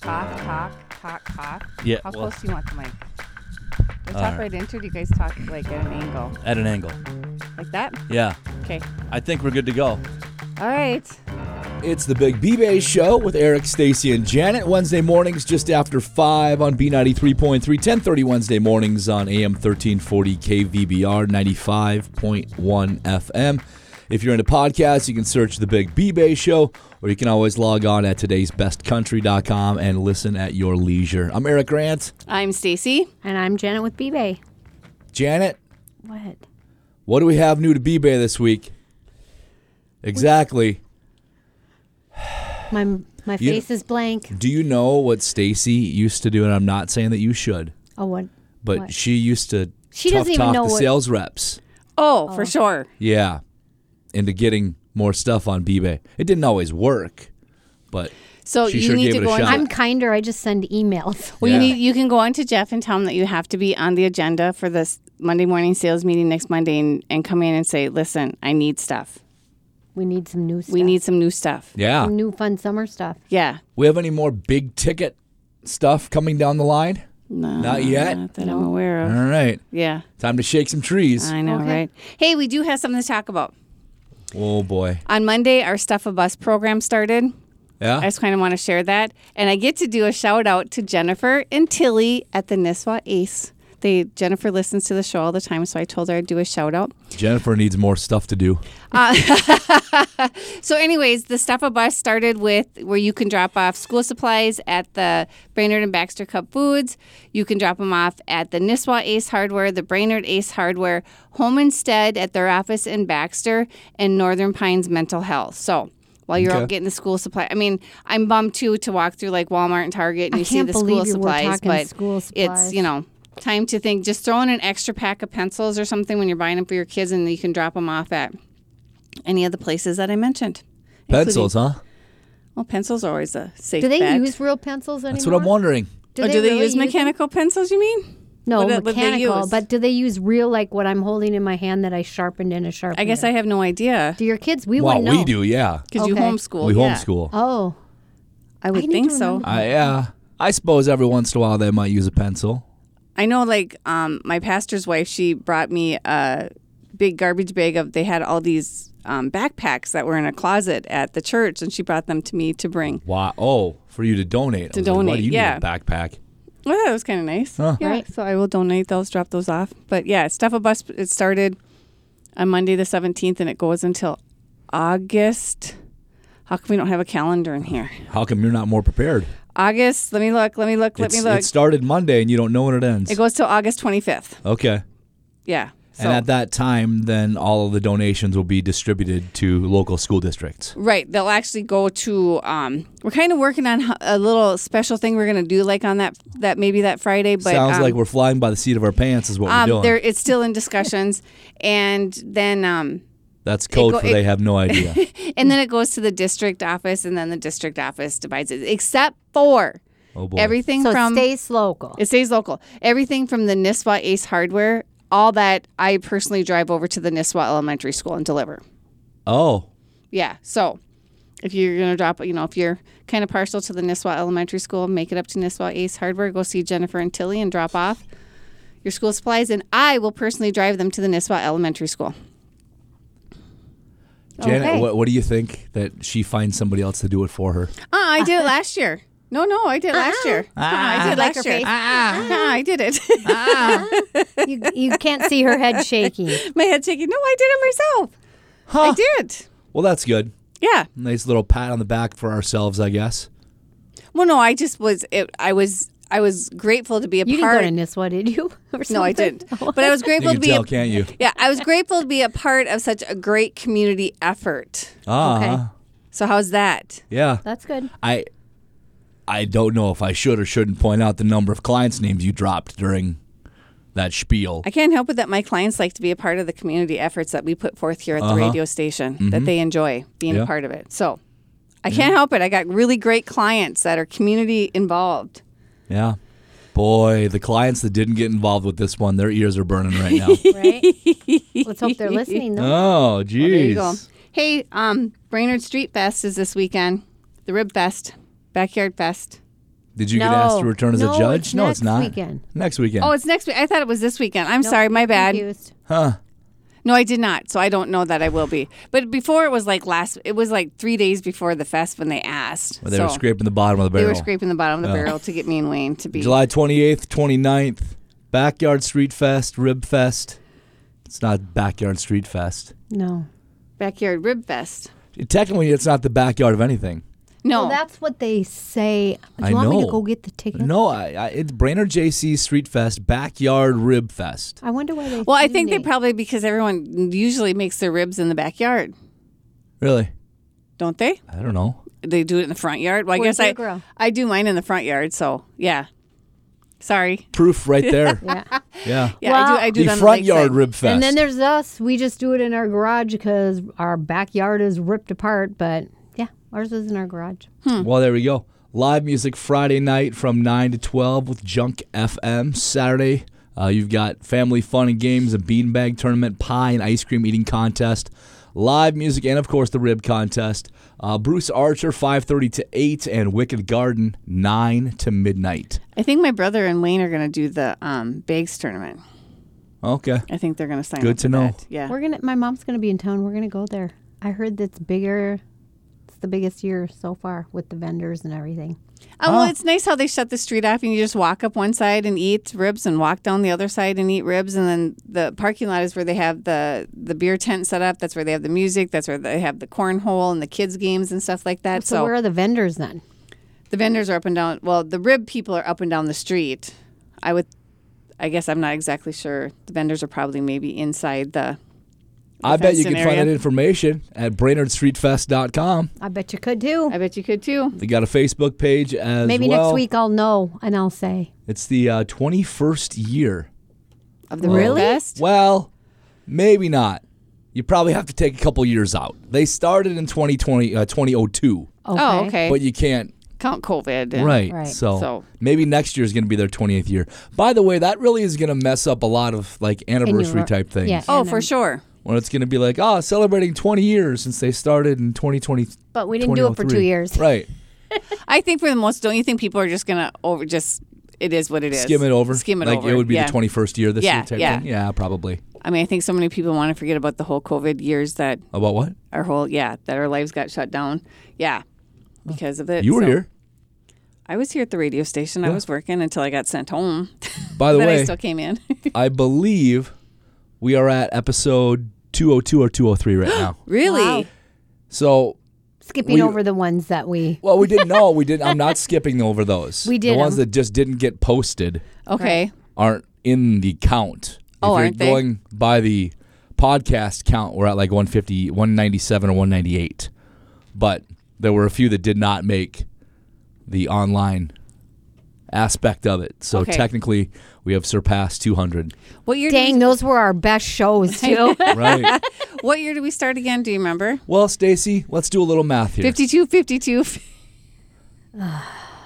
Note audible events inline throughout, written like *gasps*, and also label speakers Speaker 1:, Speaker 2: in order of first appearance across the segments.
Speaker 1: Cough, cough, cough, cough.
Speaker 2: Yeah,
Speaker 1: How
Speaker 2: well-
Speaker 1: close do you want the mic? Do I
Speaker 2: All
Speaker 3: Uh,
Speaker 1: talk
Speaker 2: right.
Speaker 1: right. into it? Do you guys talk like at an angle?
Speaker 2: at an angle.
Speaker 1: Like that?
Speaker 2: Yeah,
Speaker 1: Okay.
Speaker 2: I think we're good to go.
Speaker 1: All right.
Speaker 3: It's the Big B-Bay Show with Eric, Stacy, and Janet. Wednesday mornings just after 5 on B93.3, 1030 Wednesday mornings on AM 1340 KVBR 95.1 FM. If you're into podcasts, you can search the Big B-Bay Show, or you can always log on at today'sbestcountry.com and listen at your leisure. I'm Eric Grant.
Speaker 1: I'm Stacy.
Speaker 4: And I'm Janet with B-Bay.
Speaker 3: Janet,
Speaker 4: What?
Speaker 3: what do we have new to B-Bay this week? Exactly.
Speaker 4: My my
Speaker 3: You-
Speaker 4: face is blank.
Speaker 3: Do you know what Stacy used to do? And I'm not saying that you should.
Speaker 4: Oh, what?
Speaker 3: but
Speaker 4: What?
Speaker 3: she used to
Speaker 4: She
Speaker 3: tough
Speaker 4: doesn't even
Speaker 3: talk
Speaker 4: know
Speaker 3: the
Speaker 4: what-
Speaker 3: sales reps.
Speaker 1: Oh, for sure.
Speaker 3: Yeah, into getting more stuff on eBay. It didn't always work, but
Speaker 1: So
Speaker 3: She
Speaker 1: you
Speaker 3: sure
Speaker 1: need
Speaker 3: gave
Speaker 1: to
Speaker 3: it a
Speaker 1: go on.
Speaker 3: shot.
Speaker 1: I'm,
Speaker 4: I'm kinder. I just send *laughs* emails.
Speaker 1: well,
Speaker 3: Yeah.
Speaker 1: you need. You can go on to Jeff and tell him that you have to be on the agenda for this Monday morning sales meeting next Monday, and, and come in and say, "Listen, I need stuff.
Speaker 4: We need some new stuff.
Speaker 1: We need some new stuff."
Speaker 3: yeah,
Speaker 4: some new fun summer stuff.
Speaker 1: Yeah.
Speaker 3: we have any more big ticket stuff coming down the line?
Speaker 1: No,
Speaker 3: Not yet?
Speaker 1: Not that I'm aware of.
Speaker 3: All right,
Speaker 1: Yeah.
Speaker 3: time to shake some trees.
Speaker 1: I know,
Speaker 4: Okay.
Speaker 1: right? Hey, we do have something to talk about.
Speaker 3: Oh boy,
Speaker 1: On Monday, our Stuff a Bus program started.
Speaker 3: yeah,
Speaker 1: I just kind of want to share that. And I get to do a shout out to Jennifer and Tilly at the Nisswa Ace. They Jennifer listens to the show all the time, so I told her I'd do a shout out.
Speaker 3: Jennifer needs more stuff to do.
Speaker 1: So, anyways, the Stuff a Bus started with where you can drop off school supplies at the Brainerd and Baxter Cub Foods. You can drop them off at the Nisswa Ace Hardware, the Brainerd Ace Hardware, Home Instead at their office in Baxter, and Northern Pines Mental Health. So, while you're
Speaker 3: Okay.
Speaker 1: out getting the school supply, I mean, I'm bummed too to walk through like Walmart and Target and
Speaker 4: I
Speaker 1: you see
Speaker 4: can't
Speaker 1: the school
Speaker 4: believe you were
Speaker 1: supplies,
Speaker 4: talking
Speaker 1: but
Speaker 4: school
Speaker 1: it's
Speaker 4: supplies.
Speaker 1: you know time to think. Just throw in an extra pack of pencils or something when you're buying them for your kids, and you can drop them off at any of the places that I mentioned. including-
Speaker 3: Pencils, huh?
Speaker 1: Well, pencils are always a safe
Speaker 4: Do they
Speaker 1: bet.
Speaker 4: use real pencils anymore?
Speaker 3: That's what I'm wondering.
Speaker 1: or do they
Speaker 4: really
Speaker 1: use mechanical pencils? You mean?
Speaker 4: No,
Speaker 1: What- what they
Speaker 4: mechanical.
Speaker 1: use?
Speaker 4: But do they use real, like what I'm holding in my hand that I sharpened in a sharpener?
Speaker 1: I guess I have no idea
Speaker 4: Do your kids? We
Speaker 3: Well,
Speaker 4: wouldn't know.
Speaker 3: we do, yeah.
Speaker 1: because you
Speaker 4: Okay.
Speaker 1: homeschool.
Speaker 3: we
Speaker 1: yeah.
Speaker 3: homeschool.
Speaker 4: Oh,
Speaker 1: I would
Speaker 4: I need
Speaker 1: think
Speaker 4: to
Speaker 1: so.
Speaker 4: remember.
Speaker 3: I yeah. I suppose every once in a while they might use a pencil.
Speaker 1: I know, like um, my pastor's wife, she brought me a big garbage bag of. They had all these um, backpacks that were in a closet at the church, and she brought them to me to bring.
Speaker 3: Wow. Oh, for you to donate. To
Speaker 1: donate,
Speaker 3: what do you
Speaker 1: yeah.
Speaker 3: need a backpack?
Speaker 1: Well, Oh, that was kind of nice.
Speaker 3: Huh.
Speaker 1: Yeah,
Speaker 4: Right.
Speaker 1: So I will donate those, drop those off. But yeah, Stuff a Bus, it started on Monday the 17th and it goes until August. How come we don't have a calendar in here?
Speaker 3: How come you're not more prepared?
Speaker 1: August, let me look, let me look, let
Speaker 3: It's-
Speaker 1: me look.
Speaker 3: It started Monday, and you don't know when it ends.
Speaker 1: It goes till August 25th.
Speaker 3: okay.
Speaker 1: Yeah. So,
Speaker 3: and at that time, then all of the donations will be distributed to local school districts.
Speaker 1: right. They'll actually go to, um, we're kind of working on ho- a little special thing we're going to do like on that, that maybe that Friday. But
Speaker 3: Sounds
Speaker 1: um,
Speaker 3: like we're flying by the seat of our pants, is what we're
Speaker 1: um,
Speaker 3: doing.
Speaker 1: there, it's still in discussions. and then, um,
Speaker 3: That's code
Speaker 1: go-
Speaker 3: for
Speaker 1: it-
Speaker 3: they
Speaker 1: *laughs*
Speaker 3: have no idea.
Speaker 1: And then it goes to the district office, and then the district office divides it, except for
Speaker 3: Oh boy.
Speaker 1: everything
Speaker 4: so
Speaker 1: from
Speaker 4: stays *laughs* local.
Speaker 1: it stays local. Everything from the Nisswa Ace Hardware, all that I personally drive over to the Nisswa Elementary School and deliver.
Speaker 3: oh,
Speaker 1: Yeah, so if you're gonna drop, you know, if you're kind of partial to the Nisswa Elementary School, make it up to Nisswa Ace Hardware. Go see Jennifer and Tilly and drop off your school supplies, and I will personally drive them to the Nisswa Elementary School.
Speaker 3: Janet,
Speaker 4: Okay.
Speaker 3: what, what do you think that she finds somebody else to do it for her?
Speaker 1: Uh, I did
Speaker 4: *laughs*
Speaker 1: it last year. No, no, I did it
Speaker 4: Uh-huh.
Speaker 1: last year.
Speaker 3: Ah.
Speaker 1: Uh, I did
Speaker 4: Like
Speaker 1: last
Speaker 4: her
Speaker 1: year.
Speaker 4: face.
Speaker 1: Uh, I did it.
Speaker 3: Uh-huh.
Speaker 4: you, you can't see her head shaking.
Speaker 1: *laughs* My head shaking. No, I did it myself. I did.
Speaker 3: Well, that's good.
Speaker 1: Yeah.
Speaker 3: Nice little pat on the back for ourselves, I guess.
Speaker 1: Well, no, I just was. It, I was. I was grateful to be a
Speaker 4: You
Speaker 1: part.
Speaker 4: didn't go to Nisswa, did you? *laughs* Or
Speaker 1: no, I
Speaker 4: something? *laughs*
Speaker 1: didn't. But I was
Speaker 3: You
Speaker 1: grateful
Speaker 3: can
Speaker 1: to be.
Speaker 3: tell,
Speaker 1: a,
Speaker 3: can't
Speaker 1: *laughs*
Speaker 3: you?
Speaker 1: yeah, I was grateful to be a part of such a great community effort.
Speaker 3: Ah,
Speaker 1: Uh-huh.
Speaker 4: Okay.
Speaker 1: So how's that?
Speaker 3: yeah.
Speaker 4: That's good.
Speaker 3: I I don't know if I should or shouldn't point out the number of clients' names you dropped during that spiel.
Speaker 1: I can't help it that my clients like to be a part of the community efforts that we put forth here at the radio station, that they enjoy being
Speaker 3: Uh-huh. Mm-hmm. Yeah.
Speaker 1: a part of it. So I can't help it. I got really great clients that are community involved.
Speaker 3: Yeah. Boy, the clients that didn't get involved with this one, their ears are burning right
Speaker 1: *laughs*
Speaker 3: now.
Speaker 4: *laughs* Right? Let's hope they're listening, though.
Speaker 3: oh,
Speaker 1: There you go.
Speaker 3: jeez.
Speaker 1: Hey, um, Brainerd Street Fest is this weekend. The Rib Fest, Backyard Fest,
Speaker 3: Did you get asked to
Speaker 4: No.
Speaker 3: return as a
Speaker 4: No,
Speaker 3: judge?
Speaker 4: it's
Speaker 3: no, it's
Speaker 4: next
Speaker 3: not.
Speaker 4: weekend.
Speaker 3: Next weekend.
Speaker 1: Oh, it's next week. I thought it was this weekend. I'm sorry, my bad.
Speaker 4: Confused.
Speaker 1: No, I did not. So I don't know that I will be. But before it was like last. It was like three days before the fest when they asked.
Speaker 3: Well, they
Speaker 1: so
Speaker 3: were scraping the bottom of the
Speaker 1: They
Speaker 3: barrel. Uh-huh.
Speaker 1: were scraping the bottom of the barrel to get me and Wayne to be.
Speaker 3: July 28th, 29th, Backyard Street Fest, Rib Fest. It's not Backyard Street Fest.
Speaker 4: No.
Speaker 1: Backyard Rib Fest.
Speaker 3: Technically, it's not the backyard of anything.
Speaker 1: No,
Speaker 4: Well, that's what they say. Do you
Speaker 3: I
Speaker 4: want me
Speaker 3: know.
Speaker 4: to go get the tickets?
Speaker 3: No, I, I, it's Brainerd JC Street Fest, Backyard Rib Fest.
Speaker 4: I wonder why they.
Speaker 1: Well, I think they
Speaker 4: probably.
Speaker 1: probably because everyone usually makes their ribs in the backyard,
Speaker 3: Really?
Speaker 1: don't they?
Speaker 3: I don't know.
Speaker 1: They do it in the front yard. Well, I
Speaker 4: Where's
Speaker 1: guess I
Speaker 4: your grill?
Speaker 1: I do mine in the front yard. So yeah, sorry.
Speaker 3: Proof right there.
Speaker 4: Yeah.
Speaker 3: yeah.
Speaker 1: Yeah,
Speaker 4: Well-
Speaker 1: I do. I do
Speaker 3: The
Speaker 1: it on
Speaker 3: front
Speaker 1: the
Speaker 3: yard
Speaker 1: lakeside.
Speaker 3: Rib Fest.
Speaker 4: And then there's us. We just do it in our garage because our backyard is ripped apart. But yeah, ours is in our garage.
Speaker 3: Well, there we go. Live music Friday night from 9 to 12 with Junk FM. Saturday, uh, you've got family fun and games, a beanbag tournament, pie and ice cream eating contest, live music, and of course the rib contest. Uh, Bruce Archer, 5.30 to 8, and Wicked Garden, 9 to midnight.
Speaker 1: I think my brother and Wayne are going to do the um, bags tournament.
Speaker 3: Okay.
Speaker 1: I think they're going to sign.
Speaker 3: Good
Speaker 1: up
Speaker 3: to
Speaker 1: for
Speaker 3: know.
Speaker 1: that. Yeah.
Speaker 4: We're gonna. My mom's gonna be in town. We're gonna go there. I heard that's bigger. It's the biggest year so far with the vendors and everything.
Speaker 1: Oh, well, it's nice how they shut the street off and you just walk up one side and eat ribs and walk down the other side and eat ribs. And then the parking lot is where they have the, the beer tent set up. That's where they have the music. That's where they have the cornhole and the kids' games and stuff like that.
Speaker 4: So,
Speaker 1: So,
Speaker 4: where are the vendors then?
Speaker 1: the vendors are up and down. Well, the rib people are up and down the street. I would, I guess I'm not exactly sure. The vendors are probably maybe inside the.
Speaker 3: I bet you
Speaker 1: fenced-in
Speaker 3: can find
Speaker 1: area.
Speaker 3: that information at BrainerdStreetFest.com.
Speaker 4: I bet you could too.
Speaker 1: I bet you could too.
Speaker 3: They got a Facebook page as
Speaker 4: Maybe
Speaker 3: well.
Speaker 4: next week I'll know and I'll say.
Speaker 3: It's the uh, 21st year
Speaker 1: Of the
Speaker 4: Really?
Speaker 1: rib fest.
Speaker 3: Well, maybe not. You probably have to take a couple years out. They started in 2020, uh, 2002,
Speaker 4: Okay.
Speaker 1: Oh, okay.
Speaker 3: but you can't.
Speaker 1: Count COVID. and-
Speaker 3: Right.
Speaker 4: Right.
Speaker 3: So,
Speaker 1: So-
Speaker 3: maybe next year is going to be their 20th year. By the way, that really is going to mess up a lot of like anniversary
Speaker 4: Annual-
Speaker 3: type things.
Speaker 4: yeah.
Speaker 1: Oh,
Speaker 4: And
Speaker 1: for
Speaker 4: I'm-
Speaker 1: sure.
Speaker 3: When it's going to be like, oh, celebrating 20 years since they started in 2020.
Speaker 4: But we didn't do it for
Speaker 3: 2003.
Speaker 4: two years.
Speaker 3: Right.
Speaker 1: I think for the most, don't you think people are just gonna over just it is what it is.
Speaker 3: Skim it over.
Speaker 1: Skim it
Speaker 3: like
Speaker 1: over.
Speaker 3: it would be
Speaker 1: yeah.
Speaker 3: the 21st year this
Speaker 1: Yeah,
Speaker 3: year type
Speaker 1: yeah.
Speaker 3: thing. Yeah, probably.
Speaker 1: I mean, I think so many people want to forget about the whole COVID years that
Speaker 3: About what?
Speaker 1: our whole yeah that our lives got shut down. Yeah, because of it.
Speaker 3: You were
Speaker 1: Uh, So-
Speaker 3: here.
Speaker 1: I was here at the radio station. I was working until I got sent home.
Speaker 3: By the
Speaker 1: then
Speaker 3: way,
Speaker 1: I still came in. *laughs*
Speaker 3: I believe we are at episode 202 or 203
Speaker 1: *gasps*
Speaker 3: right now.
Speaker 1: really?
Speaker 4: Wow.
Speaker 3: So,
Speaker 4: Skipping
Speaker 3: We-
Speaker 4: over the ones that
Speaker 1: *laughs*
Speaker 4: we.
Speaker 3: well, we didn't know. We didn't. I'm not skipping over those.
Speaker 4: We
Speaker 3: The
Speaker 4: did
Speaker 3: ones
Speaker 4: 'em.
Speaker 3: that just didn't get posted
Speaker 1: Okay.
Speaker 3: aren't in the count.
Speaker 1: Oh,
Speaker 3: if you're
Speaker 1: aren't they?
Speaker 3: going by the podcast count, we're at like 150, 197 or 198. But there were a few that did not make the online aspect of it. So
Speaker 1: Okay.
Speaker 3: technically, we have surpassed 200.
Speaker 1: What year?
Speaker 4: Dang,
Speaker 1: Did
Speaker 4: those were our best
Speaker 1: *laughs*
Speaker 4: shows too.
Speaker 3: Right.
Speaker 1: we, what year did we start again? Do you remember?
Speaker 3: well, Stacy, let's do a little math here.
Speaker 1: 52, 52. *laughs*
Speaker 4: *sighs*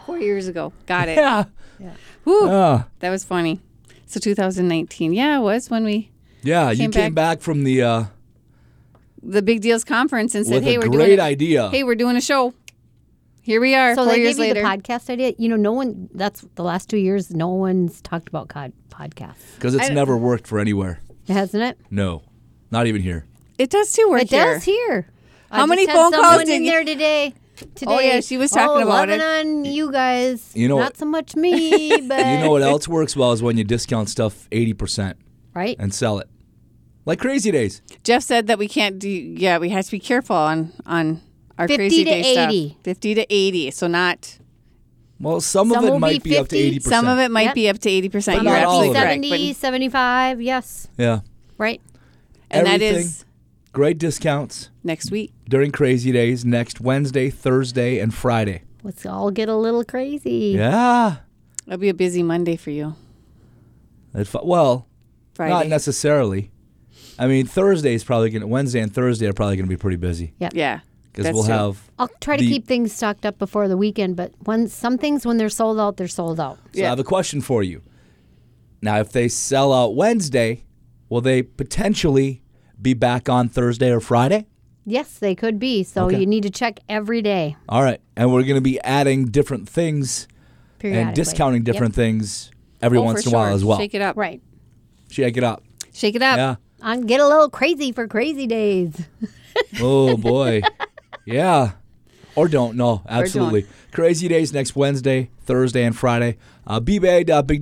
Speaker 1: Four years ago. Got
Speaker 3: *laughs*
Speaker 1: it.
Speaker 3: *laughs* Yeah.
Speaker 1: Whew.
Speaker 3: Ah.
Speaker 1: That was funny. So 2019. Yeah, it was when we
Speaker 3: Yeah, you
Speaker 1: Came
Speaker 3: came back from the uh,
Speaker 1: the Big Deals conference and said,
Speaker 3: with
Speaker 1: "Hey,
Speaker 3: a
Speaker 1: we're
Speaker 3: great
Speaker 1: doing a-
Speaker 3: idea.
Speaker 1: Hey, we're doing a show. Here we are.
Speaker 4: *laughs* So
Speaker 1: four
Speaker 4: they
Speaker 1: years
Speaker 4: gave you
Speaker 1: later.
Speaker 4: the podcast idea. You know, no one. That's the last two years. No one's talked about cod- podcasts,
Speaker 3: Because it's never worked for anywhere.
Speaker 4: hasn't it?
Speaker 3: No, not even here.
Speaker 1: it does too work
Speaker 4: It
Speaker 1: here.
Speaker 4: does here.
Speaker 1: How
Speaker 4: just
Speaker 1: many
Speaker 4: had
Speaker 1: phone calls
Speaker 4: someone
Speaker 1: did
Speaker 4: in
Speaker 1: you-
Speaker 4: there today? Today,
Speaker 1: Oh, yeah, she was talking
Speaker 4: oh,
Speaker 1: about
Speaker 4: loving
Speaker 1: it.
Speaker 4: on you guys.
Speaker 3: You know
Speaker 4: not
Speaker 3: what-
Speaker 4: so much me, but
Speaker 3: *laughs* You
Speaker 1: *laughs*
Speaker 3: know what else works well is when you discount stuff 80%
Speaker 4: *laughs* right.
Speaker 3: and sell it. Like crazy days.
Speaker 1: Jeff said that we can't do. Yeah, we have to be careful on on our
Speaker 4: 50
Speaker 1: crazy
Speaker 4: to
Speaker 1: day stuff.
Speaker 4: 80.
Speaker 1: Fifty to eighty. So not
Speaker 3: Well, some,
Speaker 4: Some
Speaker 3: of it
Speaker 4: will
Speaker 3: might
Speaker 4: be
Speaker 3: be, up to 80%.
Speaker 4: 50,
Speaker 1: some of it might
Speaker 4: Yep.
Speaker 1: be up to eighty percent.
Speaker 3: But
Speaker 1: You're
Speaker 3: not all
Speaker 1: absolutely
Speaker 3: of it.
Speaker 1: correct.
Speaker 4: 70, 75, yes,
Speaker 3: Yeah.
Speaker 4: right.
Speaker 1: but- and that is
Speaker 3: Everything. Great discounts
Speaker 1: next week.
Speaker 3: during crazy days next Wednesday, Thursday, and Friday.
Speaker 4: Let's all get a little crazy.
Speaker 3: Yeah.
Speaker 1: It'll be a busy Monday for you.
Speaker 3: It fu- well,
Speaker 1: Friday.
Speaker 3: not necessarily. I mean, Thursday is probably going to, Wednesday and Thursday are probably going to be pretty busy
Speaker 1: yeah.
Speaker 3: because
Speaker 1: that's
Speaker 3: we'll
Speaker 1: true.
Speaker 3: have
Speaker 4: I'll try to
Speaker 3: The-
Speaker 4: keep things stocked up before the weekend, but when some things when they're sold out, they're sold out.
Speaker 3: So I have a question for you. Now, if they sell out Wednesday, will they potentially be back on Thursday or Friday?
Speaker 4: Yes, they could be. So
Speaker 3: Okay.
Speaker 4: you need to check every day.
Speaker 3: All right. And we're going to be adding different things
Speaker 4: periodically.
Speaker 3: and discounting different things every
Speaker 1: Oh,
Speaker 3: once
Speaker 1: for
Speaker 3: in a while
Speaker 1: sure.
Speaker 3: as well.
Speaker 1: Shake it up.
Speaker 4: Right.
Speaker 3: Shake it up.
Speaker 1: Shake it up.
Speaker 3: Yeah.
Speaker 4: On get a little crazy for crazy days.
Speaker 3: Oh boy. yeah. Or don't. No, absolutely. Crazy days next Wednesday, Thursday, and Friday. Uh,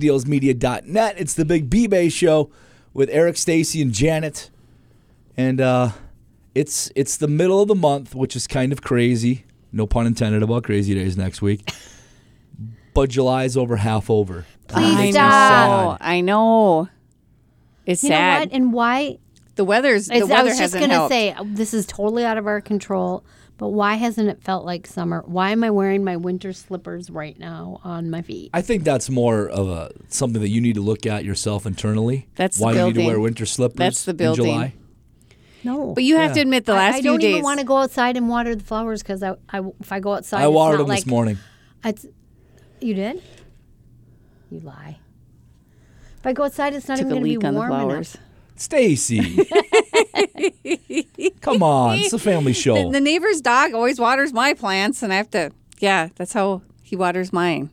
Speaker 3: bbay.bigdealsmedia.net. It's the Big B-Bay Show with Eric, Stacy, and Janet. And uh, it's it's the middle of the month, which is kind of crazy. No pun intended about crazy days next week. but July's over half over.
Speaker 4: Please
Speaker 1: I
Speaker 3: Makes me
Speaker 4: stop.
Speaker 1: know.
Speaker 3: sad.
Speaker 1: I know. It's
Speaker 4: You know
Speaker 1: sad.
Speaker 4: what? And why?
Speaker 1: The weather's the
Speaker 4: As I
Speaker 1: weather
Speaker 4: was just
Speaker 1: hasn't
Speaker 4: gonna
Speaker 1: helped.
Speaker 4: say uh, this is totally out of our control. But why hasn't it felt like summer? Why am I wearing my winter slippers right now on my feet?
Speaker 3: I think that's more of a something that you need to look at yourself internally.
Speaker 1: That's the
Speaker 3: why you need to
Speaker 1: building.
Speaker 3: wear winter slippers.
Speaker 1: That's the
Speaker 3: in July.
Speaker 1: building.
Speaker 4: No,
Speaker 1: But you have to
Speaker 3: Yeah.
Speaker 1: admit the
Speaker 4: I-
Speaker 1: last
Speaker 4: I
Speaker 1: few
Speaker 4: don't
Speaker 1: days.
Speaker 4: even want to go outside and water the flowers because I, I, if I go outside,
Speaker 3: I
Speaker 4: it's
Speaker 3: watered
Speaker 4: not
Speaker 3: them
Speaker 4: like,
Speaker 3: this morning.
Speaker 4: It's, you did? You lie. If I go outside, it's not
Speaker 1: Took
Speaker 4: even
Speaker 1: a
Speaker 4: going to be
Speaker 1: leak on the
Speaker 4: warm
Speaker 1: flowers.
Speaker 4: enough.
Speaker 1: *laughs*
Speaker 3: Stacy. Come on, it's a family show.
Speaker 1: The neighbor's dog always waters my plants, and I have to. Yeah, that's how he waters mine.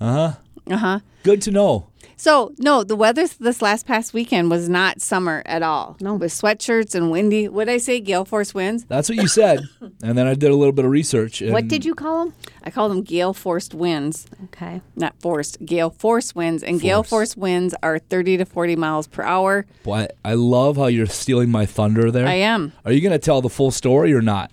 Speaker 3: Uh-huh.
Speaker 1: Uh huh. Uh huh.
Speaker 3: Good to know.
Speaker 1: So no, the weather this last past weekend was not summer at all.
Speaker 4: No.
Speaker 1: with sweatshirts and windy. What did I say? Gale force winds.
Speaker 3: That's what you said. and then I did a little bit of research. And
Speaker 4: What did you call them?
Speaker 1: I call them gale forced winds,
Speaker 4: Okay.
Speaker 1: not forced. Gale force winds, and gale
Speaker 3: Force.
Speaker 1: force winds are thirty to forty miles per hour.
Speaker 3: Boy, I love how you're stealing my thunder there.
Speaker 1: I am.
Speaker 3: Are you going to tell the full story or not?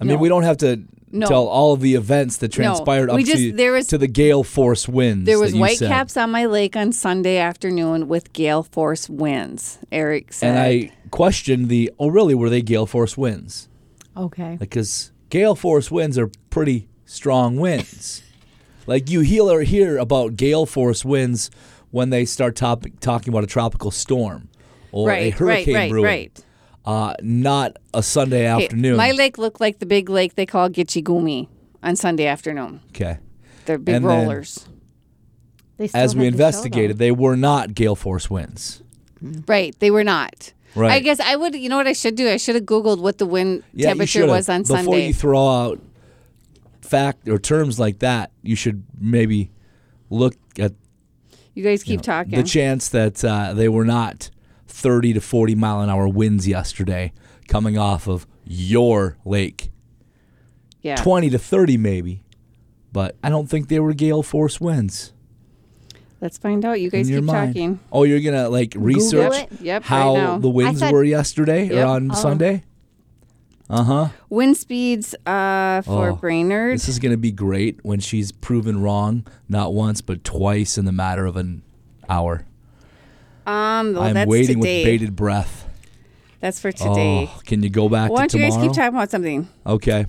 Speaker 3: I mean,
Speaker 1: No.
Speaker 3: we don't have to
Speaker 1: No.
Speaker 3: tell all of the events that transpired up
Speaker 1: We
Speaker 3: to,
Speaker 1: just- there was-
Speaker 3: to the gale force winds.
Speaker 1: There was
Speaker 3: that you
Speaker 1: white
Speaker 3: said.
Speaker 1: caps on my lake on Sunday afternoon with gale force winds. Eric said,
Speaker 3: And I questioned the, oh, really, were they gale force winds?
Speaker 4: Okay.
Speaker 3: because gale force winds are pretty
Speaker 1: *laughs*
Speaker 3: strong winds. like you hear or hear about gale force winds when they start top- talking about a tropical storm or a
Speaker 1: Right, right,
Speaker 3: hurricane
Speaker 1: right,
Speaker 3: brewing.
Speaker 1: right.
Speaker 3: Uh, not a Sunday
Speaker 1: Okay,
Speaker 3: afternoon.
Speaker 1: My lake looked like the big lake they call Gitchigumi on Sunday afternoon.
Speaker 3: okay.
Speaker 1: They're big
Speaker 3: And then-
Speaker 1: rollers.
Speaker 4: They still
Speaker 3: As we
Speaker 4: have to show
Speaker 3: investigated,
Speaker 4: them.
Speaker 3: they were not gale force winds.
Speaker 1: Right. They were not.
Speaker 3: Right.
Speaker 1: I guess I would, you know what I should do? I should have Googled what the wind
Speaker 3: Yeah, you
Speaker 1: temperature
Speaker 3: shoulda.
Speaker 1: was on
Speaker 3: Before
Speaker 1: Sunday.
Speaker 3: you throw out fact or terms like that, you should maybe look at
Speaker 1: You guys keep talking.
Speaker 3: The chance that uh, they were not 30 to 40 mile an hour winds yesterday coming off of your lake.
Speaker 1: yeah.
Speaker 3: 20 to 30 maybe, but I don't think they were gale force winds.
Speaker 1: Let's find out. You guys
Speaker 3: in your
Speaker 1: keep
Speaker 3: mind.
Speaker 1: talking.
Speaker 3: Oh, you're going to like research
Speaker 4: it?
Speaker 1: Yep, right
Speaker 3: how
Speaker 1: now.
Speaker 3: the winds
Speaker 4: I thought-
Speaker 3: were yesterday
Speaker 1: Yep.
Speaker 3: or on
Speaker 4: Oh.
Speaker 3: Sunday? Uh-huh.
Speaker 1: Wind speeds uh, for
Speaker 3: Oh,
Speaker 1: Brainerd.
Speaker 3: This is going to be great when she's proven wrong not once but twice in the matter of an hour.
Speaker 1: um, well,
Speaker 3: I'm
Speaker 1: that's
Speaker 3: waiting
Speaker 1: today.
Speaker 3: with bated breath.
Speaker 1: that's for today.
Speaker 3: Oh, can you go back
Speaker 1: Why
Speaker 3: to
Speaker 1: don't you
Speaker 3: tomorrow?
Speaker 1: guys keep talking about something?
Speaker 3: Okay.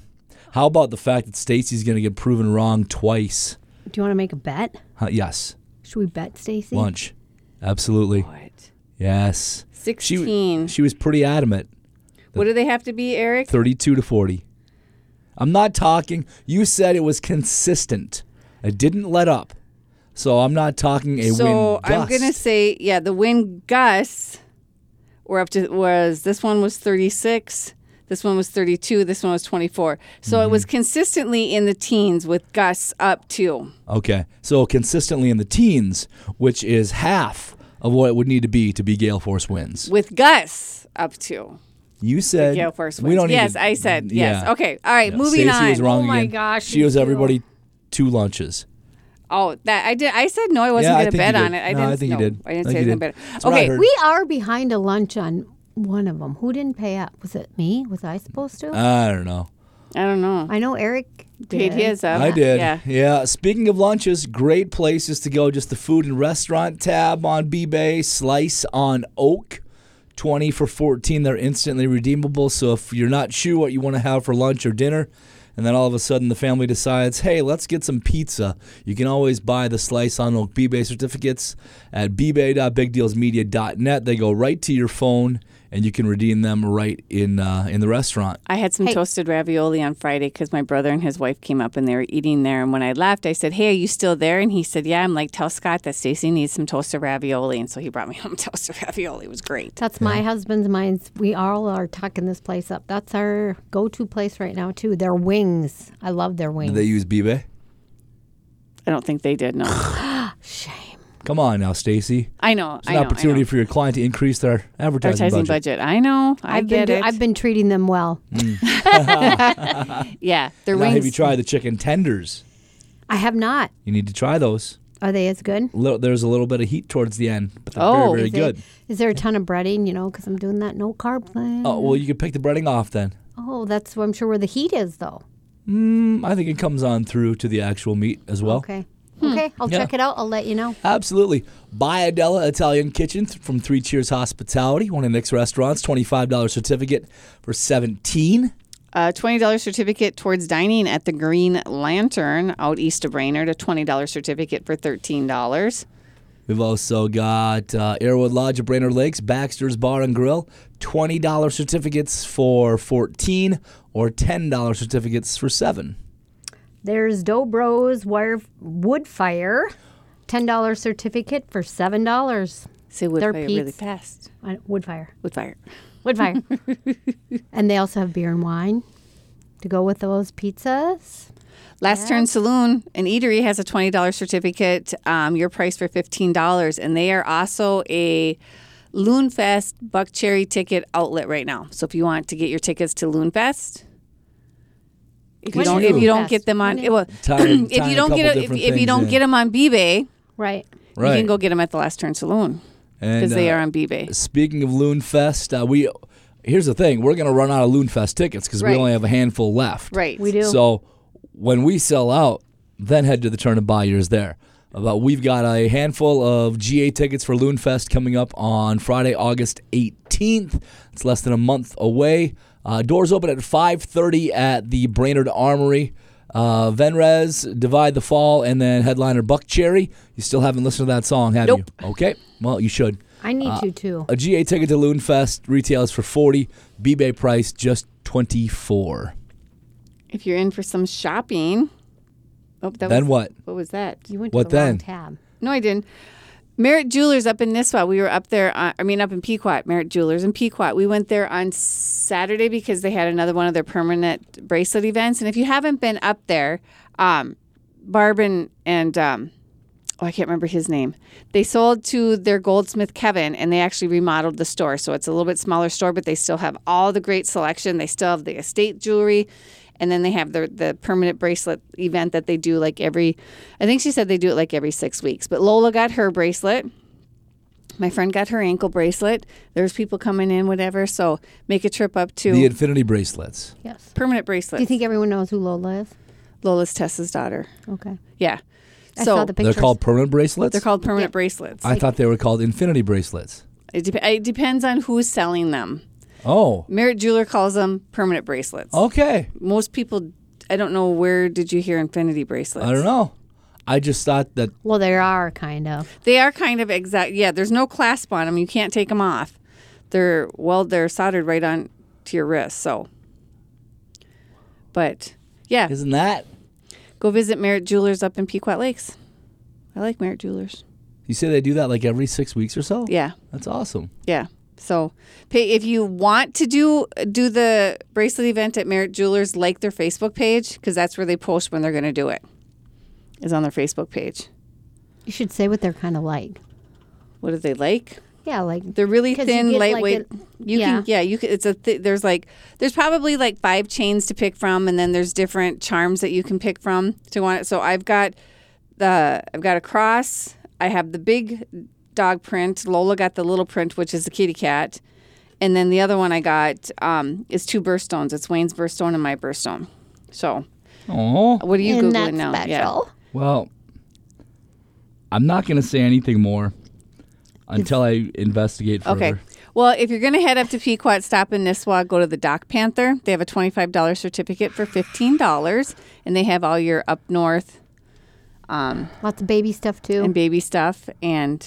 Speaker 3: How about the fact that Stacy's going to get proven wrong twice?
Speaker 4: Do you want to make a bet?
Speaker 3: Huh, yes.
Speaker 4: Should we bet, Stacy?
Speaker 3: Lunch. Absolutely.
Speaker 1: What?
Speaker 3: Yes. She, w-
Speaker 1: 16.
Speaker 3: she was pretty adamant.
Speaker 1: what do they have to be, Eric?
Speaker 3: 32 to 40. I'm not talking. You said it was consistent. It didn't let up. So I'm not talking a
Speaker 1: so
Speaker 3: wind gust.
Speaker 1: I'm gonna say, yeah, the wind gusts were up to was this one was 36, this one was 32, this one was 24. So it
Speaker 3: Mm-hmm.
Speaker 1: was consistently in the teens with gusts up to.
Speaker 3: okay. So consistently in the teens, which is half of what it would need to be to be gale force winds.
Speaker 1: With gusts up to
Speaker 3: You said
Speaker 1: gale force
Speaker 3: We
Speaker 1: winds.
Speaker 3: don't need
Speaker 1: yes,
Speaker 3: to-
Speaker 1: I said yes.
Speaker 3: Yeah.
Speaker 1: Okay, all right,
Speaker 3: Yeah,
Speaker 1: moving
Speaker 3: Stacey
Speaker 1: on.
Speaker 3: was wrong
Speaker 4: Oh my
Speaker 3: again.
Speaker 4: gosh,
Speaker 3: She
Speaker 4: me
Speaker 3: owes
Speaker 4: too.
Speaker 3: everybody two lunches.
Speaker 1: Oh, that I did. I said no. I wasn't
Speaker 3: Yeah, I
Speaker 1: gonna
Speaker 3: think you
Speaker 1: bet on
Speaker 3: did.
Speaker 1: it. I
Speaker 3: No, I
Speaker 1: didn't.
Speaker 3: think you
Speaker 1: no,
Speaker 3: did.
Speaker 1: I didn't
Speaker 3: I
Speaker 1: say
Speaker 3: think you
Speaker 1: anything
Speaker 3: did.
Speaker 1: about
Speaker 3: That's
Speaker 1: it.
Speaker 3: what I
Speaker 1: Okay,
Speaker 3: heard.
Speaker 4: We are behind a lunch on one of them. Who didn't pay up? Was it me? Was I supposed to?
Speaker 3: I don't know.
Speaker 1: I don't know.
Speaker 4: I know Eric
Speaker 1: Paid
Speaker 4: did.
Speaker 1: his up.
Speaker 3: I did.
Speaker 1: Yeah.
Speaker 3: Speaking of lunches, great places to go. Just the food and restaurant tab on B Bay, Slice on Oak. 20 for 14. They're instantly redeemable. So if you're not sure what you want to have for lunch or dinner, and then all of a sudden the family decides, hey, let's get some pizza, you can always buy the Slice on Oak B Bay certificates at bbay.bigdealsmedia.net. They go right to your phone, and you can redeem them right in, uh, in the restaurant.
Speaker 1: I had some
Speaker 4: Hey.
Speaker 1: toasted ravioli on Friday because my brother and his wife came up and they were eating there. And when I left, I said, "Hey, are you still there?" And he said, "Yeah." I'm like, "Tell Scott that Stacy needs some toasted ravioli." And so he brought me *laughs* home toasted ravioli. It was great.
Speaker 4: That's my husband's minds. We all are tucking this place up. That's our go-to place right now too. Their wings. I love their wings.
Speaker 3: They use B Bay?
Speaker 1: I don't think they did. *sighs* No,
Speaker 4: Shame.
Speaker 3: Come on now, Stacy.
Speaker 1: I know.
Speaker 3: It's
Speaker 1: I
Speaker 3: an
Speaker 1: know, I
Speaker 3: opportunity
Speaker 1: know.
Speaker 3: for your client to increase their advertising,
Speaker 1: advertising
Speaker 3: budget.
Speaker 1: budget. I know. I
Speaker 4: I've
Speaker 1: get
Speaker 4: been,
Speaker 1: it.
Speaker 4: I've been treating them well.
Speaker 3: Mm.
Speaker 1: yeah, the
Speaker 3: Now, have you
Speaker 1: rings.
Speaker 3: tried the chicken tenders?
Speaker 4: I have not.
Speaker 3: You need to try those.
Speaker 4: Are they as good?
Speaker 3: Little, there's a little bit of heat towards the end, but they're
Speaker 1: Oh.
Speaker 3: very, very
Speaker 1: Is
Speaker 4: Is there-
Speaker 3: good.
Speaker 4: Is there a ton of breading? You know, because I'm doing that no carb thing.
Speaker 3: Oh,
Speaker 1: Mm.
Speaker 3: well, you can pick the breading off then.
Speaker 4: Oh, that's I'm sure where the heat is though.
Speaker 3: Mm, I think it comes on through to the actual meat as well.
Speaker 4: Okay. Okay, I'll
Speaker 3: Oh. Yeah.
Speaker 4: check it out. I'll let you know.
Speaker 3: Absolutely. Biadella Italian Kitchen th- from Three Cheers Hospitality, one of Nick's restaurants. $25 certificate for 17
Speaker 1: A twenty dollars certificate towards dining at the Green Lantern out east of Brainerd. A twenty dollars certificate for thirteen dollars.
Speaker 3: We've also got uh, Airwood Lodge at Brainerd Lakes, Baxter's Bar and Grill, $20 certificates for 14 or $10 certificates for 7
Speaker 4: There's Dobro's wire wood fire, ten dollar certificate for seven dollars.
Speaker 1: Say wood
Speaker 4: Their
Speaker 1: fire really
Speaker 4: pizza-
Speaker 1: fast.
Speaker 4: Wood fire,
Speaker 1: Wood fire.
Speaker 4: wood fire. *laughs* and they also have beer and wine to go with those pizzas.
Speaker 1: Last Turn Saloon and Eatery has a twenty dollars certificate. Um, your price for fifteen dollars, and they are also a Loonfest Buck Cherry ticket outlet right now. So if you want to get your tickets to Loonfest, if you
Speaker 3: When's
Speaker 1: don't, if you don't
Speaker 4: Loonfest?
Speaker 1: get them on,
Speaker 4: When is-
Speaker 1: well,
Speaker 3: Tying-
Speaker 1: *clears throat* if
Speaker 3: tying a
Speaker 1: you don't
Speaker 3: couple
Speaker 1: get a, if,
Speaker 3: different
Speaker 1: if you
Speaker 3: things
Speaker 1: don't
Speaker 3: in.
Speaker 1: get them on B-Bay,
Speaker 4: Right.
Speaker 1: you
Speaker 3: Right.
Speaker 1: can go get them at the Last Turn Saloon
Speaker 3: And,
Speaker 1: because they
Speaker 3: uh,
Speaker 1: are on B-Bay.
Speaker 3: Speaking of Loonfest, uh, we here's the thing: we're gonna run out of Loonfest tickets because we
Speaker 1: Right.
Speaker 3: only have a handful left.
Speaker 1: Right.
Speaker 4: We do.
Speaker 3: So when we sell out, then head to the turn and buy yours there. But we've got a handful of GA tickets for Loonfest coming up on Friday, August 18th. It's less than a month away. Uh, doors open at 5:30 at the Brainerd Armory. Uh, Venrez, Divide the Fall, and then headliner Buck Cherry. You still haven't listened to that song, have
Speaker 1: Nope.
Speaker 3: you? Okay. Well, you should.
Speaker 4: I need
Speaker 3: Uh,
Speaker 4: you too.
Speaker 3: A GA ticket to Loonfest retails for 40, B-Bay price just 24.
Speaker 1: If you're in for some shopping, oh, that
Speaker 3: Then
Speaker 1: was,
Speaker 3: what?
Speaker 1: What was that?
Speaker 4: You went to
Speaker 3: what
Speaker 4: the wrong
Speaker 3: then?
Speaker 4: tab.
Speaker 1: No, I didn't. Merritt Jewelers up in Nisswa. We were up there. On, I mean, up in Pequot. Merritt Jewelers in Pequot. We went there on Saturday because they had another one of their permanent bracelet events. And if you haven't been up there, um, Barb and, and um, oh, I can't remember his name. They sold to their goldsmith Kevin, and they actually remodeled the store. So it's a little bit smaller store, but they still have all the great selection. They still have the estate jewelry, and then they have the the permanent bracelet event that they do like every. I think she said they do it like every six weeks. But Lola got her bracelet. My friend got her ankle bracelet. There's people coming in, whatever. So make a trip up to
Speaker 3: The Infinity Bracelets.
Speaker 4: Yes.
Speaker 1: permanent bracelet.
Speaker 4: Do you think everyone knows who Lola is?
Speaker 1: Lola's Tessa's daughter?
Speaker 4: Okay.
Speaker 1: Yeah.
Speaker 4: I
Speaker 1: so
Speaker 4: saw the pictures.
Speaker 3: They're called permanent bracelets?
Speaker 1: they're called permanent bracelets.
Speaker 3: I thought they were called Infinity Bracelets.
Speaker 1: It, dep it depends on who's selling them.
Speaker 3: Oh,
Speaker 1: Merritt Jeweler calls them permanent bracelets.
Speaker 3: okay.
Speaker 1: Most people, I don't know where did you hear infinity bracelets?
Speaker 3: I don't know. I just thought that
Speaker 4: Well, they are kind of.
Speaker 1: They are kind of exact. Yeah, there's no clasp on them. You can't take them off. They're well, they're soldered right on to your wrist. So, but yeah,
Speaker 3: isn't that
Speaker 1: go visit Merritt Jewelers up in Pequot Lakes. I like Merritt Jewelers.
Speaker 3: you say they do that like every six weeks or so?
Speaker 1: Yeah.
Speaker 3: That's awesome.
Speaker 1: Yeah. So, pay, if you want to do do the bracelet event at Merritt Jewelers, like their Facebook page because that's where they post when they're going to do it. Is on their Facebook page.
Speaker 4: You should say what they're kind of like.
Speaker 1: What do they like?
Speaker 4: Yeah, like
Speaker 1: They're really
Speaker 4: 'Cause you
Speaker 1: thin,
Speaker 4: get, like,
Speaker 1: lightweight.
Speaker 4: a-
Speaker 1: you can yeah, you can, it's a th- there's like there's probably like five chains to pick from, and then there's different charms that you can pick from to want it. So I've got the I've got a cross. I have the big dog print. Lola got the little print, which is the kitty cat, and then the other one I got um, is two birthstones. It's Wayne's birthstone and my birthstone. So
Speaker 3: Oh.
Speaker 1: what are you
Speaker 4: and
Speaker 1: googling
Speaker 4: that's
Speaker 1: now?
Speaker 4: special.
Speaker 1: Yeah.
Speaker 3: Well, I'm not going to say anything more until I investigate further.
Speaker 1: Okay. Well, if you're going to head up to Pequot, stop in Nisswa, go to the Dock Panther. They have a $25 certificate for $15, and they have all your up north um,
Speaker 4: Lots of baby stuff too.
Speaker 1: and baby stuff and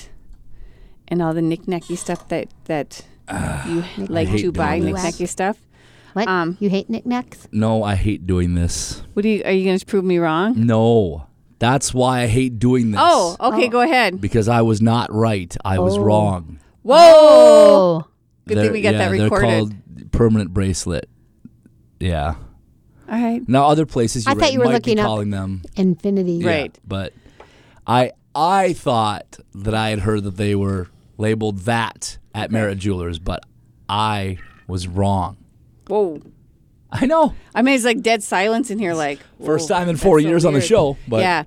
Speaker 1: and all the knick-knacky stuff that, that you like
Speaker 3: Ah, hate
Speaker 1: to buy,
Speaker 3: doing
Speaker 4: this.
Speaker 1: knick-knacky stuff.
Speaker 4: what?
Speaker 1: um,
Speaker 4: you hate knickknacks?
Speaker 3: No, I hate doing this.
Speaker 1: What do you, are you going to prove me wrong?
Speaker 3: No, that's why I hate doing this.
Speaker 1: Oh, okay, go ahead.
Speaker 3: because I was not right. I was wrong.
Speaker 1: Whoa!
Speaker 4: Oh,
Speaker 1: Good thing we got
Speaker 3: yeah,
Speaker 1: that
Speaker 3: They're
Speaker 1: recorded.
Speaker 3: called permanent bracelet. Yeah.
Speaker 1: All right.
Speaker 3: Now other places you
Speaker 4: I thought
Speaker 3: read
Speaker 4: you were
Speaker 3: might be
Speaker 4: looking up-
Speaker 3: calling them.
Speaker 4: infinity.
Speaker 3: yeah,
Speaker 1: Right.
Speaker 3: but I I thought that I had heard that they were labeled that at Merritt Jewelers, but I was wrong.
Speaker 1: Whoa.
Speaker 3: I know.
Speaker 1: I mean, it's like dead silence in here. Like
Speaker 3: First
Speaker 1: whoa,
Speaker 3: time in
Speaker 1: that's
Speaker 3: four
Speaker 1: so
Speaker 3: years on the
Speaker 1: weird.
Speaker 3: show, but-
Speaker 1: yeah.